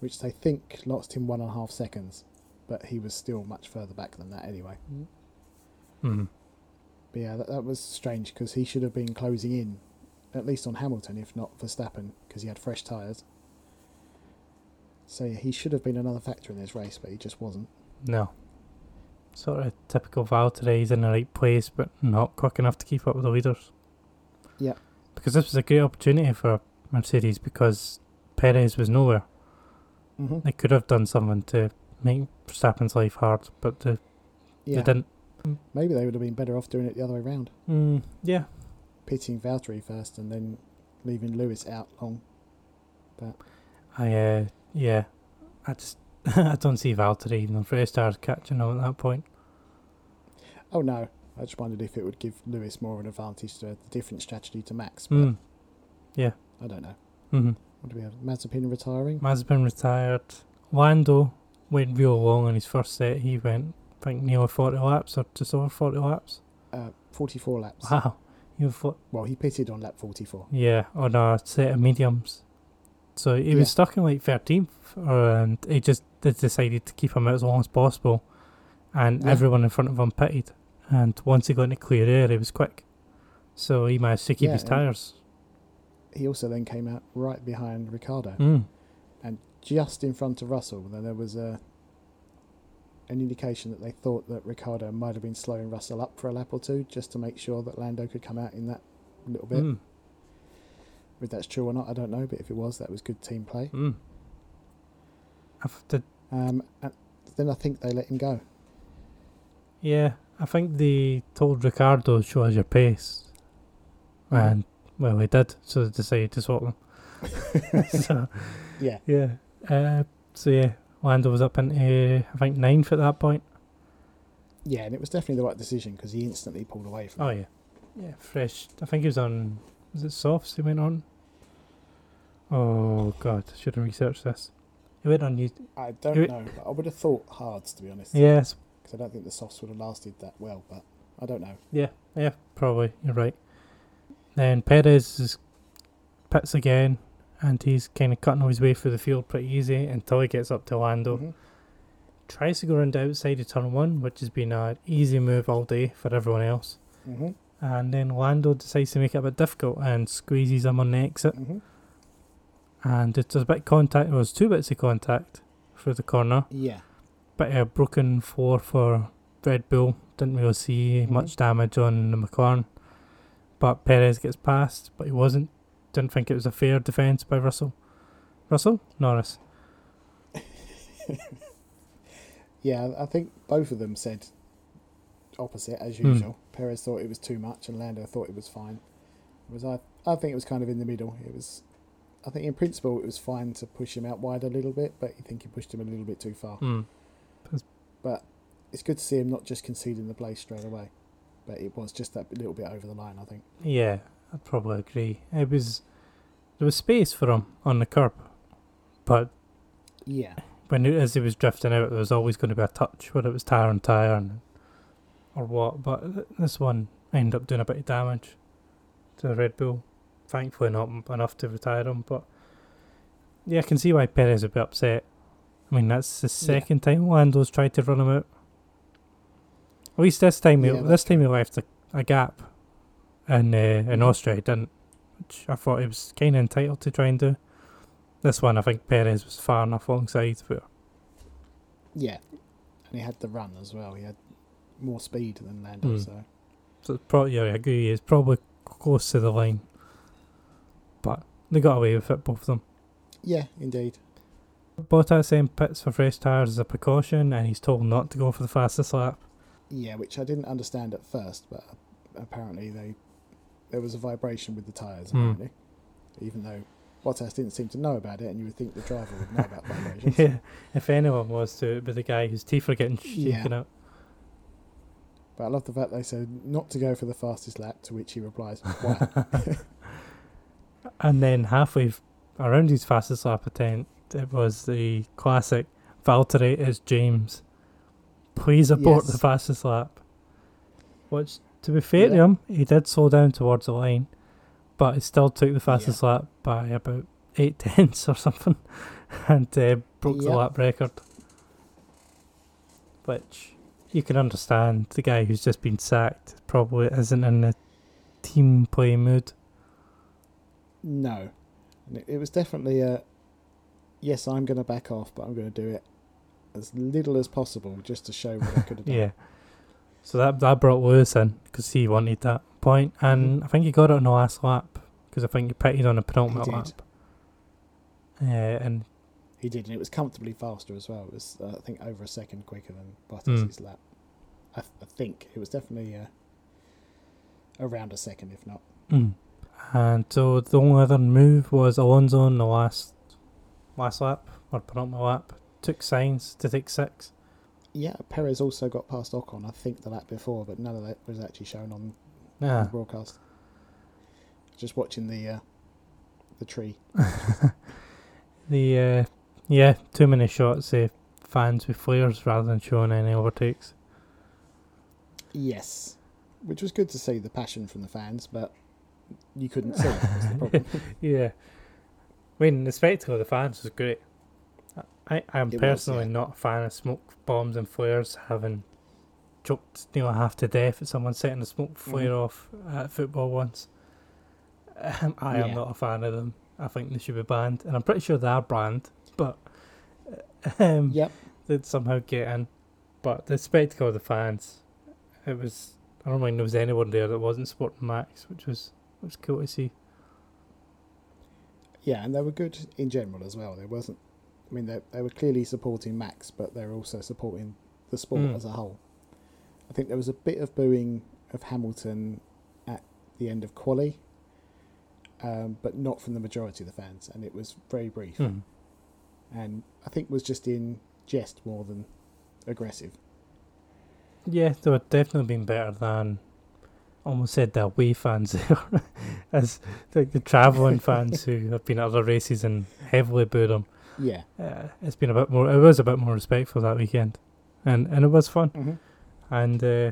Which they think lost him one and a half seconds, but he was still much further back than that anyway. Hmm. But yeah, that, that was strange because he should have been closing in, at least on Hamilton, if not Verstappen, because he had fresh tyres. So yeah, he should have been another factor in this race, but he just wasn't. No. Sort of typical Valtteri, he's in the right place, but not quick enough to keep up with the leaders. Yeah. Because this was a great opportunity for Mercedes because Perez was nowhere. Mm-hmm. They could have done something to make Verstappen's life hard, but they, they Yeah, didn't. maybe they would have been better off doing it the other way round, Mm, yeah. pitting Valtteri first and then leaving Lewis out long. I, uh, yeah. I just, I don't see Valtteri even on three stars catching him at that point. Oh no, I just wondered if it would give Hmm. Lewis more of an advantage to a different strategy to Max, but Mm, I don't know. mhm. What do we have? Mazepin retiring. Mazepin retired. Lando went real long in his first set. He went, I think, nearly 40 laps or just over 40 laps. Uh, 44 laps. Wow. You thought, Well, he pitted on lap 44. yeah, on a set of mediums. So he Yeah. was stuck in like 13th, or, and he just they decided to keep him out as long as possible. And Yeah. everyone in front of him pitted. And once he got into clear air, he was quick. So he managed to keep Yeah, his and- tyres. He also then came out right behind Ricardo, Mm. just in front of Russell. Then there was a an indication that they thought that Ricardo might have been slowing Russell up for a lap or two, just to make sure that Lando could come out in that little bit. Mm. If that's true or not, I don't know. But if it was, that was good team play. Mm. I've, did Um, and then I think they let him go. Yeah, I think they told Ricardo show us your pace, Mhm. and well, he did. So they decided to swap them. so Yeah, yeah, uh, so yeah, Lando was up into I think ninth at that point. yeah, and it was definitely the right decision because he instantly pulled away from. Oh it. yeah, yeah, fresh. I think he was on. Was it softs he went on? Oh god, I should have researched this. He went on. Ut- I don't Who- know. But I would have thought hards to be honest. Yes, Because I don't think the softs would have lasted that well, but I don't know. Yeah, probably. You're right. Then Perez is pits again, and he's kind of cutting his way through the field pretty easy until he gets up to Lando. Mhm. Tries to go around the outside of turn one, which has been an easy move all day for everyone else. Mhm. And then Lando decides to make it a bit difficult and squeezes him on the exit. Mhm. And it's a bit of contact, there was two bits of contact through the corner. Yeah. Bit of uh, broken floor for Red Bull. Didn't really see Mhm. much damage on the McLaren. But Perez gets past, but he wasn't. Didn't think it was a fair defence by Russell. Russell? Norris. Yeah, I think both of them said opposite as Hmm. usual. Perez thought it was too much, and Lando thought it was fine. Was I? I think it was kind of in the middle. It was. I think in principle it was fine to push him out wide a little bit, but you think he pushed him a little bit too far. Mm. But it's good to see him not just conceding the place straight away. But it was just that little bit over the line, I think. Yeah, I'd probably agree. It was there was space for him on the curb, but Yeah. when he, as he was drifting out, there was always going to be a touch, whether it was tire on tire and, or what. But th- this one ended up doing a bit of damage to the Red Bull. Thankfully, not m- enough to retire him, but yeah, I can see why Perez would be upset. I mean, that's the second time Lando's tried to run him out. At least this time, he, Yeah, that's this time he left a, a gap, and uh, in Austria he didn't, which I thought he was kind of entitled to try and do. This one, I think Perez was far enough alongside, but Yeah. And he had the run as well. He had more speed than Lando, Hmm. so So it's probably, yeah, I agree. It's probably close to the line, but they got away with it, both of them. yeah, indeed. Bottas then pits for fresh tyres as a precaution, and he's told not to go for the fastest lap. Yeah, which I didn't understand at first, but apparently they there was a vibration with the tyres. Hmm. Apparently, even though Bottas didn't seem to know about it, and you would think the driver would know about vibrations. yeah, if anyone was to, it would be the guy whose teeth are getting Yeah. shaken out. But I love the fact they said not to go for the fastest lap, to which he replies, "Why?" And then halfway f- around his fastest lap attempt, it was the classic Valtteri is James. Please abort the Yes. fastest lap. Which, to be fair to Yeah. him, he did slow down towards the line, but he still took the fastest lap by about eight tenths or something and uh, broke the Yeah. lap record. Which you can understand. The guy who's just been sacked probably isn't in a team play mood. no, and it, it was definitely a yes. I'm going to back off, but I'm going to do it as little as possible, just to show what I could have done. Yeah. So that that brought Lewis in because he wanted that point, and I think he got it on the last lap because I think he pitted on the penultimate did. lap. Yeah, and He did, and it was comfortably faster as well. It was, uh, I think, over a second quicker than Hmm. Bottas' lap. I, th- I think it was definitely uh, around a second, if not. mm. and so the only other move was Alonso on the last last lap or penultimate lap took signs to take six. Yeah, Perez also got past Ocon, I think, the lap before, but none of that was Ah. actually shown on Yeah, the broadcast. Just watching the uh, the tree. The uh, yeah, too many shots of fans with flares rather than showing any overtakes. Yes, which was good to see the passion from the fans, but you couldn't see it. Was the problem. Yeah, I mean the spectacle of the fans was great. I I am It was, personally yeah. not a fan of smoke bombs and flares. Having choked nearly half to death at someone setting a smoke Mm-hmm. flare off at football once, um, I am Yeah. not a fan of them. I think they should be banned, and I'm pretty sure they are banned. But um, yep. did somehow get in. But the spectacle of the fans, it was. I don't think there was anyone there that wasn't supporting Max, which was was cool to see. Yeah, and they were good in general as well. There wasn't, I mean, they, they were clearly supporting Max, but they were also supporting the sport Mm. as a whole. I think there was a bit of booing of Hamilton at the end of Quali, um, but not from the majority of the fans, and it was very brief, and I think was just in jest more than aggressive. Yeah, they were definitely been better than. Almost said that away fans there, as like the travelling fans who have been at other races and heavily booed them. Yeah. Uh, it's been a bit more. It was a bit more respectful that weekend, and and it was fun. Mm-hmm. And uh,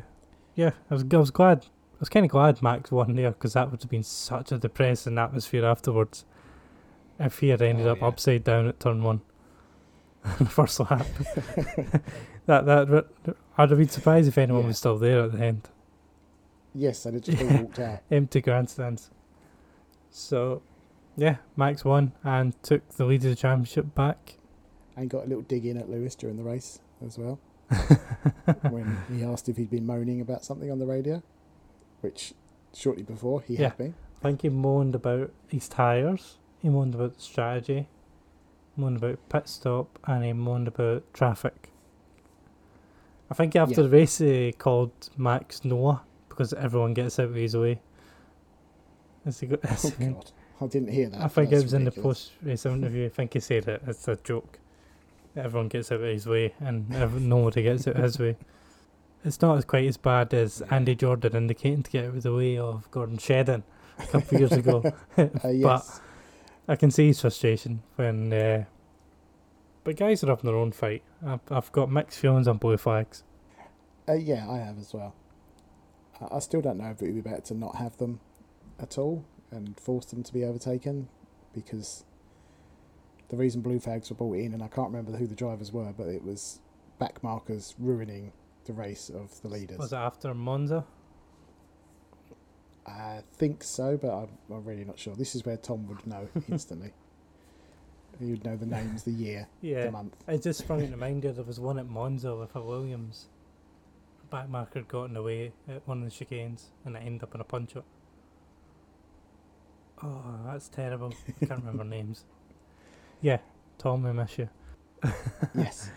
yeah, I was I was glad. I was kind of glad Max won there because that would have been such a depressing atmosphere afterwards. If he had ended Oh, up yeah. upside down at turn one, the first lap, that that would- I'd have been surprised if anyone Yeah. was still there at the end. Yes, and it just all walked out. Empty grandstands. So, yeah, Max won and took the lead of the championship back. and got a little dig in at Lewis during the race as well. when he asked if he'd been moaning about something on the radio, which shortly before he Yeah. had been. I think he moaned about his tyres, he moaned about strategy, moaned about pit stop, and he moaned about traffic. I think after the Yeah. race he called Max Noah because everyone gets out of his way. As he go, as Oh he- God, I didn't hear that. I think it That's was in the ridiculous. post race interview. I think he said it. It's a joke. Everyone gets out of his way, and ev- nobody gets out of his way. It's not as quite as bad as Andy Jordan indicating to get out of the way of Gordon Shedden a couple of years ago. Uh, yes, I can see his frustration when. Uh, but guys are having their own fight. I've, I've got mixed feelings on blue flags. uh, yeah, I have as well. I, I still don't know if it would be better to not have them at all and force them to be overtaken, because the reason blue flags were brought in, and I can't remember who the drivers were, but it was back markers ruining the race of the leaders. Was it after Monza? I think so, but I'm, I'm really not sure. This is where Tom would know instantly. He would know the names, the year, Yeah. the month. It just sprung into mind there. There was one at Monza with a Williams. A backmarker got in the way at one of the chicanes and it ended up in a punch up. Oh, that's terrible. I can't remember names. Yeah, Tom, we miss you. yes,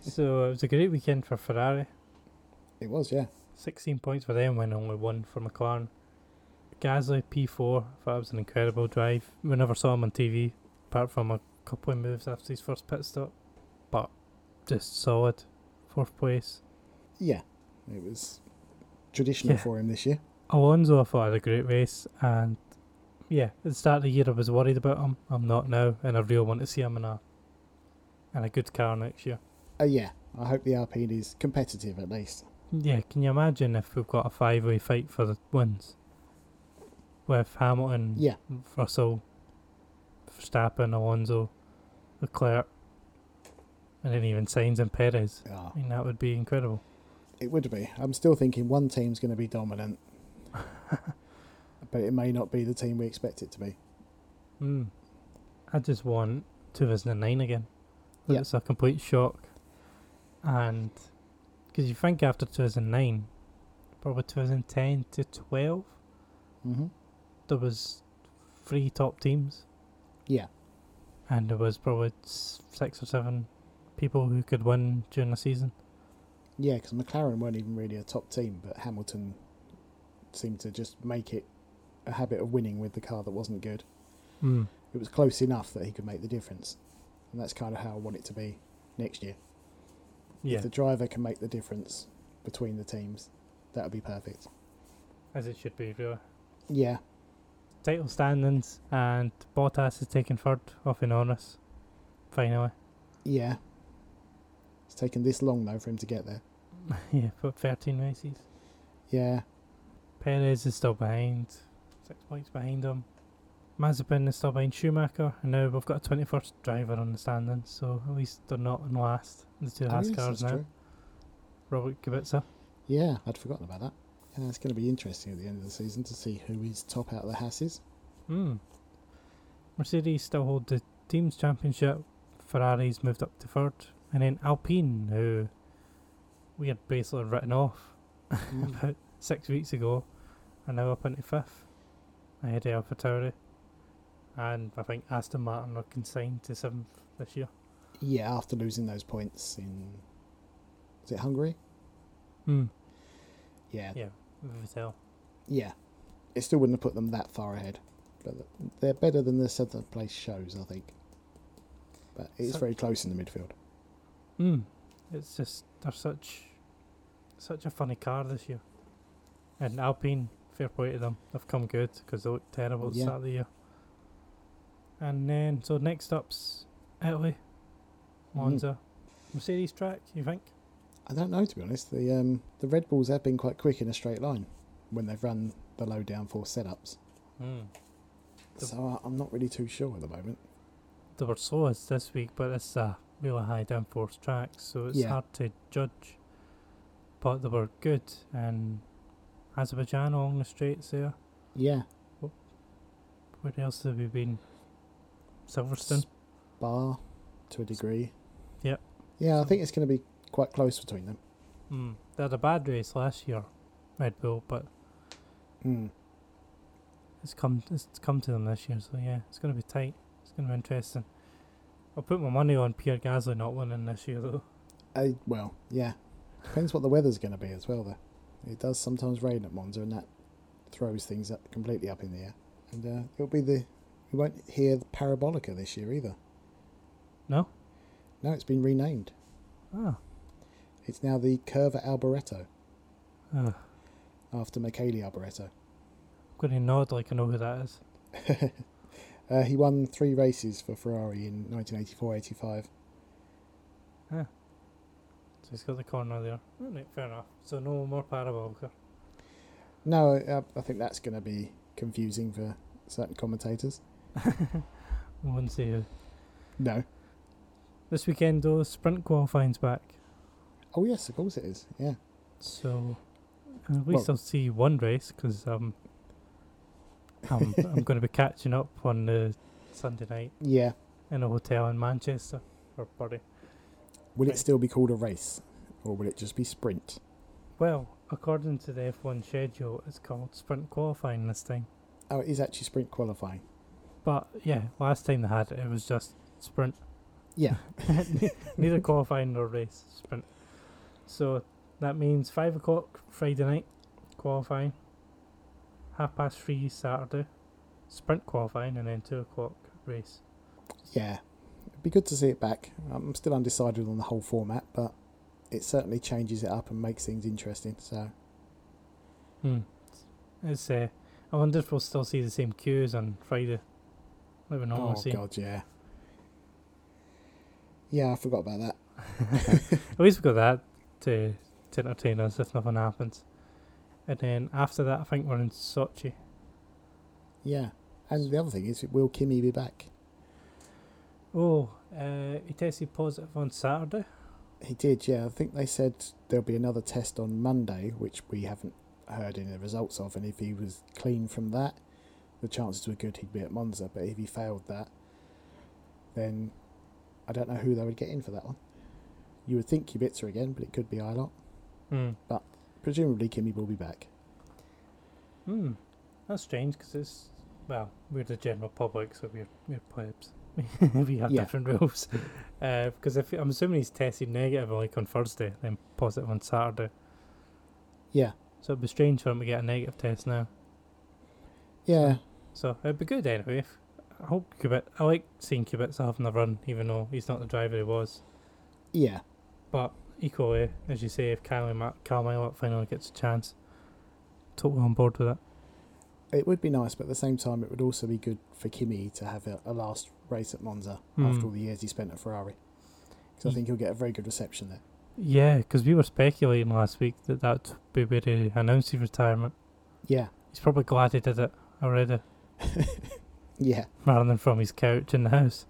So it was a great weekend for Ferrari. it was, yeah. 16 points for them when only one for McLaren. Gasly P4, that was an incredible drive. We never saw him on TV, apart from a couple of moves after his first pit stop. But just solid. Fourth place. Yeah, it was traditional Yeah. for him this year. Alonso, I thought had a great race, and yeah, at the start of the year I was worried about him. I'm not now, and I really want to see him in a in a good car next year. Oh, yeah, I hope the Alpine is competitive at least. Yeah, can you imagine if we've got a five-way fight for the wins with Hamilton, Yeah, Russell, Verstappen, Alonso, Leclerc, and then even Sainz and Perez? ah, I mean, that would be incredible. it would be. I'm still thinking one team's going to be dominant, but it may not be the team we expect it to be. Mm. I just want 2009 again. Yeah. It's a complete shock. And because you think after 2009, probably 2010 to 12, hmm there was three top teams, Yeah, and there was probably s- six or seven people who could win during the season. yeah, because McLaren weren't even really a top team, but Hamilton seemed to just make it a habit of winning with the car that wasn't good. Mm. it was close enough that he could make the difference. And that's kind of how I want it to be next year. Yeah, If the driver can make the difference between the teams, that would be perfect. as it should be, really. Yeah. title standings, and Bottas is taking third off Honoris. Finally. Yeah. It's taken this long though for him to get there. yeah, but 13 races. Yeah. Perez is still behind, six points behind him. Mazepin is still behind Schumacher, and now we've got a 21st driver on the standings, so at least they're not in last. The two Oh, yes, Hascars that's now. true. Robert Kubica. Yeah, I'd forgotten about that. And it's going to be interesting at the end of the season to see who is top out of the Hasses. Hmm. Mercedes still hold the team's championship. Ferrari's moved up to third, and then Alpine, who we had basically written off Mm. about six weeks ago, are now up into fifth, ahead of AlphaTauri, and I think Aston Martin are consigned to seventh this year. yeah, after losing those points in. Is it Hungary? Hmm. Yeah. Yeah, Vettel. Yeah. It still wouldn't have put them that far ahead. But they're better than the seventh place shows, I think. But it's So- very close in the midfield. Hmm. It's just they're such, such a funny car this year, and Alpine. Fair play to them. They've come good because they looked terrible at the Oh, Yeah. start of the year. And then, so next up's Italy, Mhm. Monza, Mercedes track. You think? I don't know, to be honest. The um, the Red Bulls have been quite quick in a straight line when they've run the low downforce setups. Hmm. Mm. The- So I I'm not really too sure at the moment. They were slowest this week, but it's a really high downforce track, so it's Yeah. hard to judge. But they were good, and Azerbaijan along the straights there. Yeah. Where else have we been? Silverstone. Bar to a degree. Yep. Yeah, I So- think it's going to be quite close between them. Mm. They had a bad race last year, Red Bull, but Hmm. Mm. it's come it's come to them this year. So yeah, it's going to be tight. It's going to be interesting. I'll put my money on Pierre Gasly not winning this year though. Uh, well, yeah. Depends what the weather's going to be as well, though. It does sometimes rain at Monza, and that throws things up completely up in the air. And uh, it'll be the we won't hear the Parabolica this year either. No? No, it's been renamed. Ah, It's now the Curva Alboreto Ugh. after Michele Alboreto. I'm going to nod like I know who that is. Uh, he won three races for Ferrari in 1984-85. So he's got the corner there. Alright, fair enough. So no more parabolica. No, uh, I think that's going to be confusing for certain commentators. We wouldn't say who. No. This weekend though, sprint qualifying's back. Oh yes, of course it is. Yeah. So at least I'll Well- see one race because um, I'm I'm going to be catching up on the Sunday night Yeah. in a hotel in Manchester or Bury. Will Right. it still be called a race, or will it just be sprint? Well, according to the F1 schedule, it's called sprint qualifying this time. Oh, it is actually sprint qualifying. But yeah, last time they had it, it was just sprint. Yeah. Neither qualifying nor race, sprint. So that means five o'clock Friday night qualifying, half past three Saturday, sprint qualifying, and then two o'clock race. Yeah. It'd be good to see it back. I'm still undecided on the whole format, but it certainly changes it up and makes things interesting. So, Hmm. It's uh, I wonder if we'll still see the same queues on Friday. Like we normally oh see. god, yeah. Yeah, I forgot about that. At least we got that to to entertain us if nothing happens. And then after that, I think we're in Sochi. Yeah. And the other thing is, will Kimmy be back? Oh, uh, he tested positive on Saturday. He did, yeah. I think they said there'll be another test on Monday, which we haven't heard any results of. And if he was clean from that, the chances were good he'd be at Monza. But if he failed that, then I don't know who they would get in for that one. You would think Kubica again, but it could be Ilot. Hmm. Presumably, Kimmy will be back. Hmm. That's strange because it's well, we're the general public, so we're we're plebs. we have Yeah. different rules. Uh, because if I'm assuming he's tested negative like on Thursday, then positive on Saturday. Yeah, So it'd be strange for him to get a negative test now. yeah, So it'd be good anyway. If, I hope Kubit. I like seeing Kubica having a run, even though he's not the driver he was. yeah, But equally, as you say, if Carly Ma- Carmelo finally gets a chance, totally on board with it. it would be nice, but at the same time, it would also be good for Kimi to have a, a last race at Monza Hmm. after all the years he spent at Ferrari. Because I Ye- think he'll get a very good reception there. Yeah, because we were speculating last week that that would be where he announced his retirement. Yeah, He's probably glad he did it already, yeah, rather than from his couch in the house.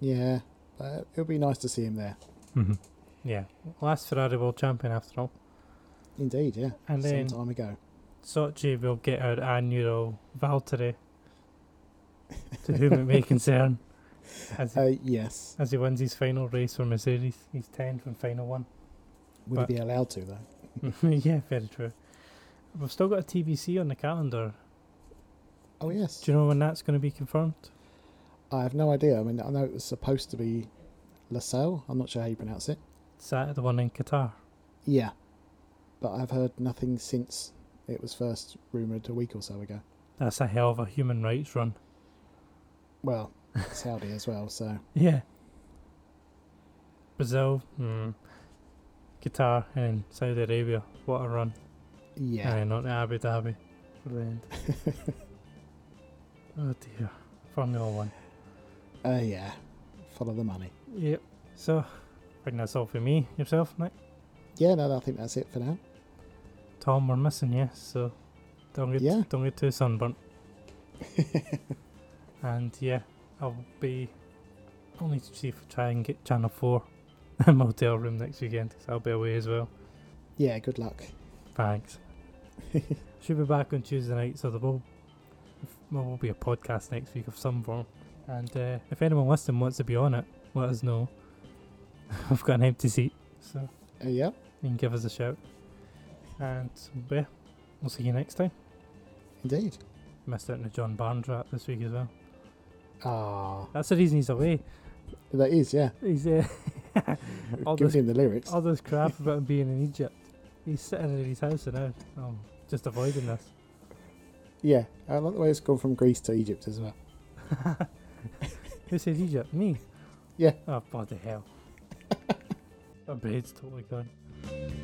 yeah. But it'll be nice to see him there. Mm-hmm. Yeah, last Ferrari world champion after all. Indeed, yeah. And then Some time ago. Sochi will get our annual Valtteri, to whom it may concern, as he, Uh, yes. as he wins his final race for Mercedes. He's 10 from final one. Would but- he be allowed to, though? yeah, very true. We've still got a TBC on the calendar. Oh, yes. Do you know when that's going to be confirmed? I have no idea. I mean, I know it was supposed to be LaSalle. I'm not sure how you pronounce it. Saturday one in Qatar. Yeah. But I've heard nothing since it was first rumoured a week or so ago. That's a hell of a human rights run. Well, Saudi as well, so Yeah. Brazil, mm, Qatar, and Saudi Arabia. What a run. yeah. Aye, not Abu Dhabi. For the end. oh dear. Formula One. Uh, yeah. Follow the money. Yep. So, I think that's all for me. Yourself, Nick? Yeah, no, I think that's it for now. Tom, we're missing you, so don't get Yeah. don't get too sunburnt. and yeah, I'll be. I'll need to see if I try and get Channel Four in my hotel room next weekend 'cause I'll be away as well. Yeah, good luck. Thanks. Should be back on Tuesday night, so there will well, will be a podcast next week of some form. And uh, if anyone listening wants to be on it, let us know. I've got an empty seat, so you Uh, yeah. can give us a shout. And yeah, we'll see you next time. Indeed. Missed out on the John Barnes rap this week as well. Ah, That's the reason he's away. that is, yeah. He's uh, all Give this him the lyrics. all this crap about him being in Egypt. He's sitting in his house now. I'm just avoiding this. Yeah, I like the way it's gone from Greece to Egypt as well. Who said Egypt? Me? Yeah. Oh, bloody hell. My brain's totally gone.